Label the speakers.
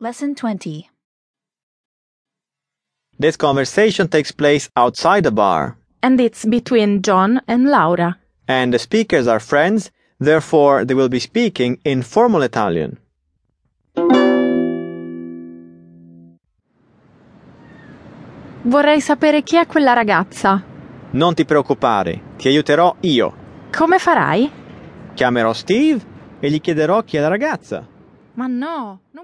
Speaker 1: Lesson 20.
Speaker 2: This conversation takes place outside the bar,
Speaker 3: and it's between John and Laura.
Speaker 2: and the speakers are friends, therefore, they will be speaking in formal Italian.
Speaker 3: Vorrei sapere chi è quella ragazza.
Speaker 2: Non ti preoccupare, ti aiuterò io.
Speaker 3: Come farai?
Speaker 2: Chiamerò Steve e gli chiederò chi è la ragazza.
Speaker 3: Ma no, non